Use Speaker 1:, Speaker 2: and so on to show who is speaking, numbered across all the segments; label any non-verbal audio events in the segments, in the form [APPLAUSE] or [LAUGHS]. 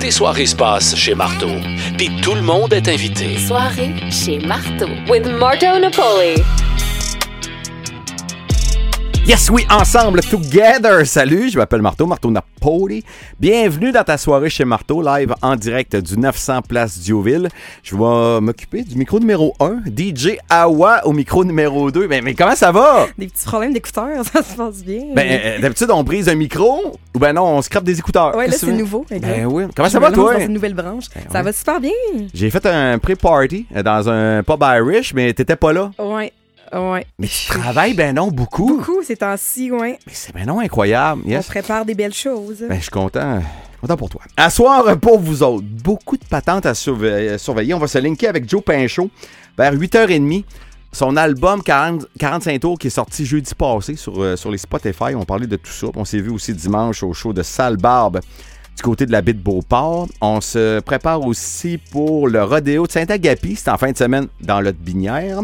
Speaker 1: Tes soirées se passent chez Marteau. Puis tout le monde est invité.
Speaker 2: Soirée chez Marteau. With Marto Napoli.
Speaker 3: Yes, oui, ensemble, together. Salut, je m'appelle Marteau, Marteau Napoli. Bienvenue dans ta soirée chez Marteau, live en direct du 900 Place Diouville. Je vais m'occuper du micro numéro 1, DJ Awa au micro numéro 2. Mais, mais comment ça va?
Speaker 4: Des petits problèmes d'écouteurs, [LAUGHS] ça se passe bien.
Speaker 3: Ben, euh, d'habitude, on brise un micro ou ben non, on scrape des écouteurs.
Speaker 4: ouais, là,
Speaker 3: Qu'est-ce que
Speaker 4: c'est
Speaker 3: tu veux?
Speaker 4: nouveau. exact.
Speaker 3: Ben oui. Comment
Speaker 4: Je
Speaker 3: ça
Speaker 4: me
Speaker 3: va,
Speaker 4: lance
Speaker 3: toi? Ben
Speaker 4: dans une nouvelle branche. ça
Speaker 3: oui.
Speaker 4: va super bien.
Speaker 3: J'ai fait un pré-party euh, dans un pub Irish, mais t'étais pas là.
Speaker 4: Ouais. Ouais.
Speaker 3: Mais tu travailles, ben non, beaucoup.
Speaker 4: Beaucoup ces temps-ci, ouais.
Speaker 3: Mais c'est ben non incroyable.
Speaker 4: On
Speaker 3: Yes.
Speaker 4: prépare des belles choses.
Speaker 3: Ben, je suis content. Content pour toi. À soir, euh, pour vous autres, beaucoup de patentes à surve- à surveiller. On va se linker avec Joe Pinchot vers 8h30. Son album 40 45 tours qui est sorti jeudi passé sur, euh, sur les Spotify. On parlait de tout ça. On s'est vu aussi dimanche au show de Sale Barbe du côté de la baie de Beauport. On se prépare aussi pour le rodéo de Saint-Agapi. C'est en fin de semaine dans l'autre binière.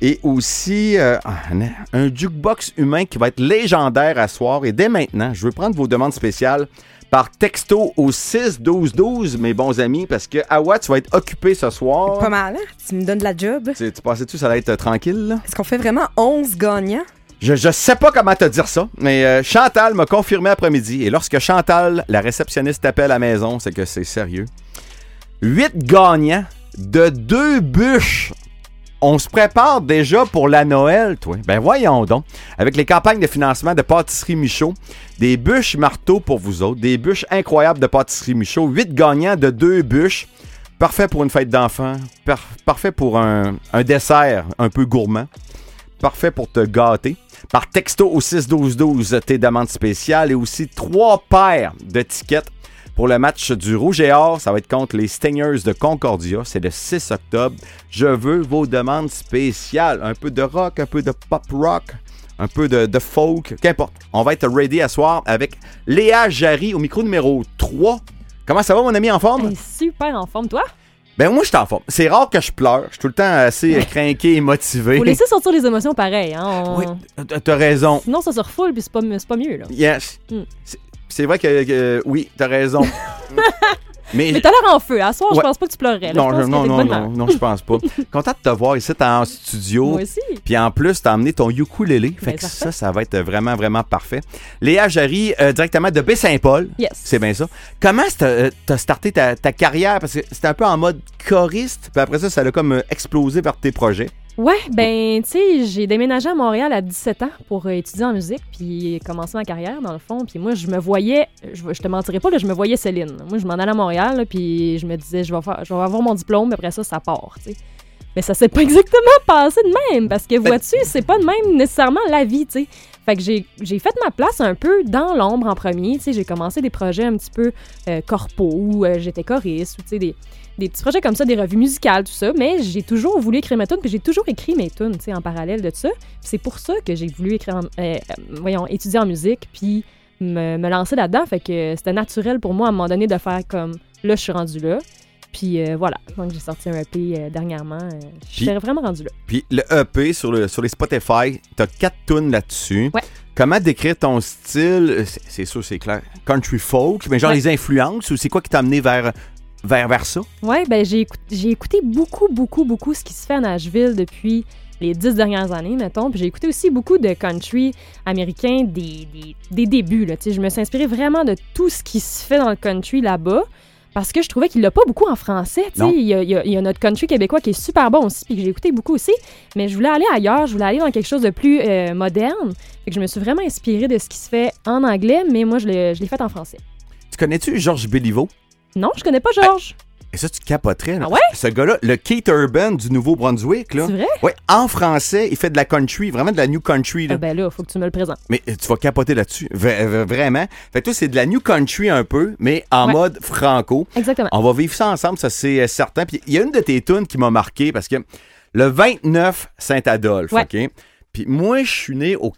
Speaker 3: Et aussi euh, un, un jukebox humain qui va être légendaire à soir. Et dès maintenant, je veux prendre vos demandes spéciales par texto au 6-12-12, mes bons amis, parce que Awa, tu vas être occupé ce soir.
Speaker 4: Pas mal, hein? Tu me donnes de la job.
Speaker 3: Tu, tu pensais-tu que ça allait être euh, tranquille? là?
Speaker 4: Est-ce qu'on fait vraiment 11 gagnants?
Speaker 3: Je, je sais pas comment te dire ça, mais euh, Chantal m'a confirmé après-midi. Et lorsque Chantal, la réceptionniste, t'appelle à la maison, c'est que c'est sérieux. Huit gagnants de deux bûches. On se prépare déjà pour la Noël, toi. Ben voyons donc. Avec les campagnes de financement de Pâtisserie Michaud, des bûches marteaux pour vous autres, des bûches incroyables de Pâtisserie Michaud, huit gagnants de deux bûches. Parfait pour une fête d'enfants, par- parfait pour un- un dessert un peu gourmand parfait pour te gâter. Par texto au 6-12-12, tes demandes spéciales et aussi trois paires de tickets pour le match du Rouge et Or. Ça va être contre les Stingers de Concordia. C'est le 6 octobre. Je veux vos demandes spéciales. Un peu de rock, un peu de pop rock, un peu de, de folk, qu'importe. On va être ready à soir avec Léa Jarry au micro numéro 3. Comment ça va, mon ami, en forme?
Speaker 5: Hey, super en forme, toi.
Speaker 3: Ben, moi, je suis en forme. C'est rare que je pleure. Je suis tout le temps assez euh, craqué et motivé. [LAUGHS]
Speaker 5: Faut laisser sortir les émotions pareilles. Hein? on-
Speaker 3: Oui, t'as- t'as raison.
Speaker 5: Sinon, ça se refoule, puis c'est pas, c'est pas mieux. Là.
Speaker 3: Yes.
Speaker 5: Mm.
Speaker 3: C'est- C'est vrai que, que- oui, t'as
Speaker 5: [LAUGHS]
Speaker 3: raison. Mais,
Speaker 5: Mais t'as l'air en feu. À soir,
Speaker 3: Ouais.
Speaker 5: je pense pas que tu pleurerais. là.
Speaker 3: non,
Speaker 5: je
Speaker 3: je-
Speaker 5: pense
Speaker 3: non,
Speaker 5: que t'es de
Speaker 3: non,
Speaker 5: bonne
Speaker 3: non,
Speaker 5: humeur.
Speaker 3: non, je pense
Speaker 5: [LAUGHS]
Speaker 3: pas. Content de te voir ici, t'es en studio.
Speaker 5: Moi aussi.
Speaker 3: Puis en plus, t'as amené ton ukulélé. Fait
Speaker 5: Ben,
Speaker 3: que
Speaker 5: parfait.
Speaker 3: ça, ça va être vraiment, vraiment parfait. Léa Jarry, euh, directement de Baie-Saint-Paul.
Speaker 5: Yes.
Speaker 3: C'est bien ça. Comment c'est, euh, t'as starté ta, ta carrière? Parce que c'était un peu en mode choriste. Puis après ça, ça l'a comme euh, explosé vers tes projets.
Speaker 5: Ouais, ben, tu sais, j'ai déménagé à Montréal à 17 ans pour euh, étudier en musique, puis commencer ma carrière, dans le fond. Puis moi, je me voyais, je, vais- je te mentirais pas, là, je me voyais Céline. Moi, je m'en allais à Montréal, là, puis je me disais, je vais, faire, je vais avoir mon diplôme, puis après ça, ça part, tu sais. Mais ça s'est pas [LAUGHS] exactement passé de même, parce que vois-tu, c'est pas de même nécessairement la vie, tu sais. Fait que j'ai j'ai fait ma place un peu dans l'ombre en premier, tu sais. J'ai commencé des projets un petit peu euh, corpo, où euh, j'étais choriste, ou tu sais, des, des petits projets comme ça, des revues musicales, tout ça, mais j'ai toujours voulu écrire mes tunes, puis j'ai toujours écrit mes tunes, tu sais, en parallèle de ça. Puis c'est pour ça que j'ai voulu écrire, en- euh, euh, voyons, étudier en musique, puis me, me lancer là-dedans. Fait que c'était naturel pour moi à un moment donné de faire comme, là, je suis rendu là. Puis euh, voilà, donc j'ai sorti un EP euh, dernièrement. euh, je
Speaker 3: Puis-
Speaker 5: suis vraiment rendu là.
Speaker 3: Puis le EP sur, le, sur les Spotify, t'as quatre tunes là-dessus.
Speaker 5: Ouais.
Speaker 3: Comment décrire ton style Euh, C'est c'est sûr, c'est clair. Country folk, mais genre
Speaker 5: Ouais.
Speaker 3: les influences ou c'est quoi qui t'a amené vers, vers, vers ça?
Speaker 5: Ouais, ben j'ai écou- j'ai écouté beaucoup, beaucoup, beaucoup ce qui se fait à Nashville depuis les dix dernières années, mettons. Puis j'ai écouté aussi beaucoup de country américain des, des, des débuts. Là. Tu sais, Je me suis inspirée vraiment de tout ce qui se fait dans le country là-bas. Parce que je trouvais qu'il l'a pas beaucoup en français. tu sais.
Speaker 3: Non.
Speaker 5: Il y, a, il y a- il y a notre country québécois qui est super bon aussi, puis que j'ai écouté beaucoup aussi. Mais je voulais aller ailleurs, je voulais aller dans quelque chose de plus euh, moderne. Fait que je me suis vraiment inspirée de ce qui se fait en anglais, mais moi, je l'ai je l'ai fait en français.
Speaker 3: Tu connais-tu Georges Béliveau?
Speaker 5: Non, je connais pas Georges.
Speaker 3: Et ça, tu capoterais. là.
Speaker 5: Ah ouais?
Speaker 3: Ce gars-là, le Keith Urban du Nouveau-Brunswick, là.
Speaker 5: C'est vrai?
Speaker 3: Ouais, en français, il fait de la country, vraiment de la new country. Là.
Speaker 5: Ah ben là, faut que tu me le présentes.
Speaker 3: Mais euh, tu vas capoter là-dessus, Vra- vra- vraiment. Fait que toi, c'est de la new country un peu, mais en
Speaker 5: Ouais.
Speaker 3: mode franco.
Speaker 5: Exactement.
Speaker 3: On va vivre ça ensemble, ça c'est euh, certain. Puis il y a une de tes tunes qui m'a marqué parce que le 29 Saint-Adolphe,
Speaker 5: Ouais.
Speaker 3: OK? Puis moi, je suis né au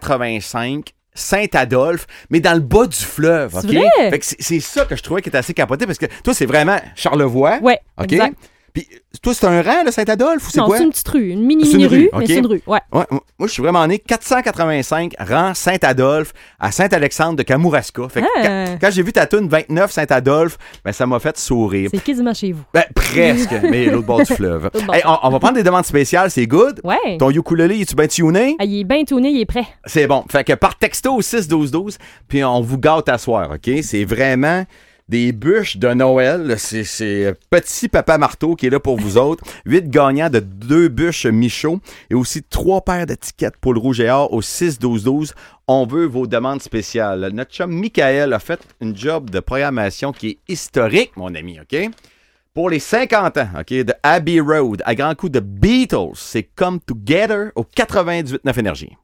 Speaker 3: 485 Saint-Adolphe, mais dans le bas du fleuve,
Speaker 5: C'est
Speaker 3: OK?
Speaker 5: vrai?
Speaker 3: Fait que c'est- c'est ça que je trouvais qui était assez capoté parce que toi, c'est vraiment Charlevoix.
Speaker 5: Ouais,
Speaker 3: OK?
Speaker 5: exact.
Speaker 3: Puis, toi, c'est un rang, là, Saint-Adolphe, ou c'est
Speaker 5: Non,
Speaker 3: quoi?
Speaker 5: c'est une petite rue, une mini
Speaker 3: C'est une
Speaker 5: mini rue,
Speaker 3: rue,
Speaker 5: mais
Speaker 3: ok.
Speaker 5: c'est une rue. Ouais.
Speaker 3: Ouais, m- moi, je suis vraiment né 485, rang Saint-Adolphe, à Saint-Alexandre de Kamouraska. Fait que
Speaker 5: Ah.
Speaker 3: quand, quand j'ai vu ta toune 29 Saint-Adolphe, ben, ça m'a fait sourire.
Speaker 5: C'est quasiment chez vous.
Speaker 3: Ben, presque, mais l'autre bord du fleuve.
Speaker 5: L'autre bord.
Speaker 3: Hey, on, on va prendre des demandes spéciales, c'est good.
Speaker 5: Ouais.
Speaker 3: Ton ukulélé, es-tu bien tuné?
Speaker 5: Ah, il est bien tourné, il est prêt.
Speaker 3: C'est bon. Fait que par texto au 6-12-12, puis on vous gâte à soir, OK? C'est vraiment des bûches de Noël. là. C'est- C'est petit papa marteau qui est là pour vous autres. Huit gagnants de deux bûches Michaud et aussi trois paires d'étiquettes pour le Rouge et Or au 6-12-12. On veut vos demandes spéciales. Notre chum Michael a fait une job de programmation qui est historique, mon ami, OK? Pour les 50 ans, OK, de Abbey Road, à grand coup de Beatles, c'est Come Together au 98.9 Énergie.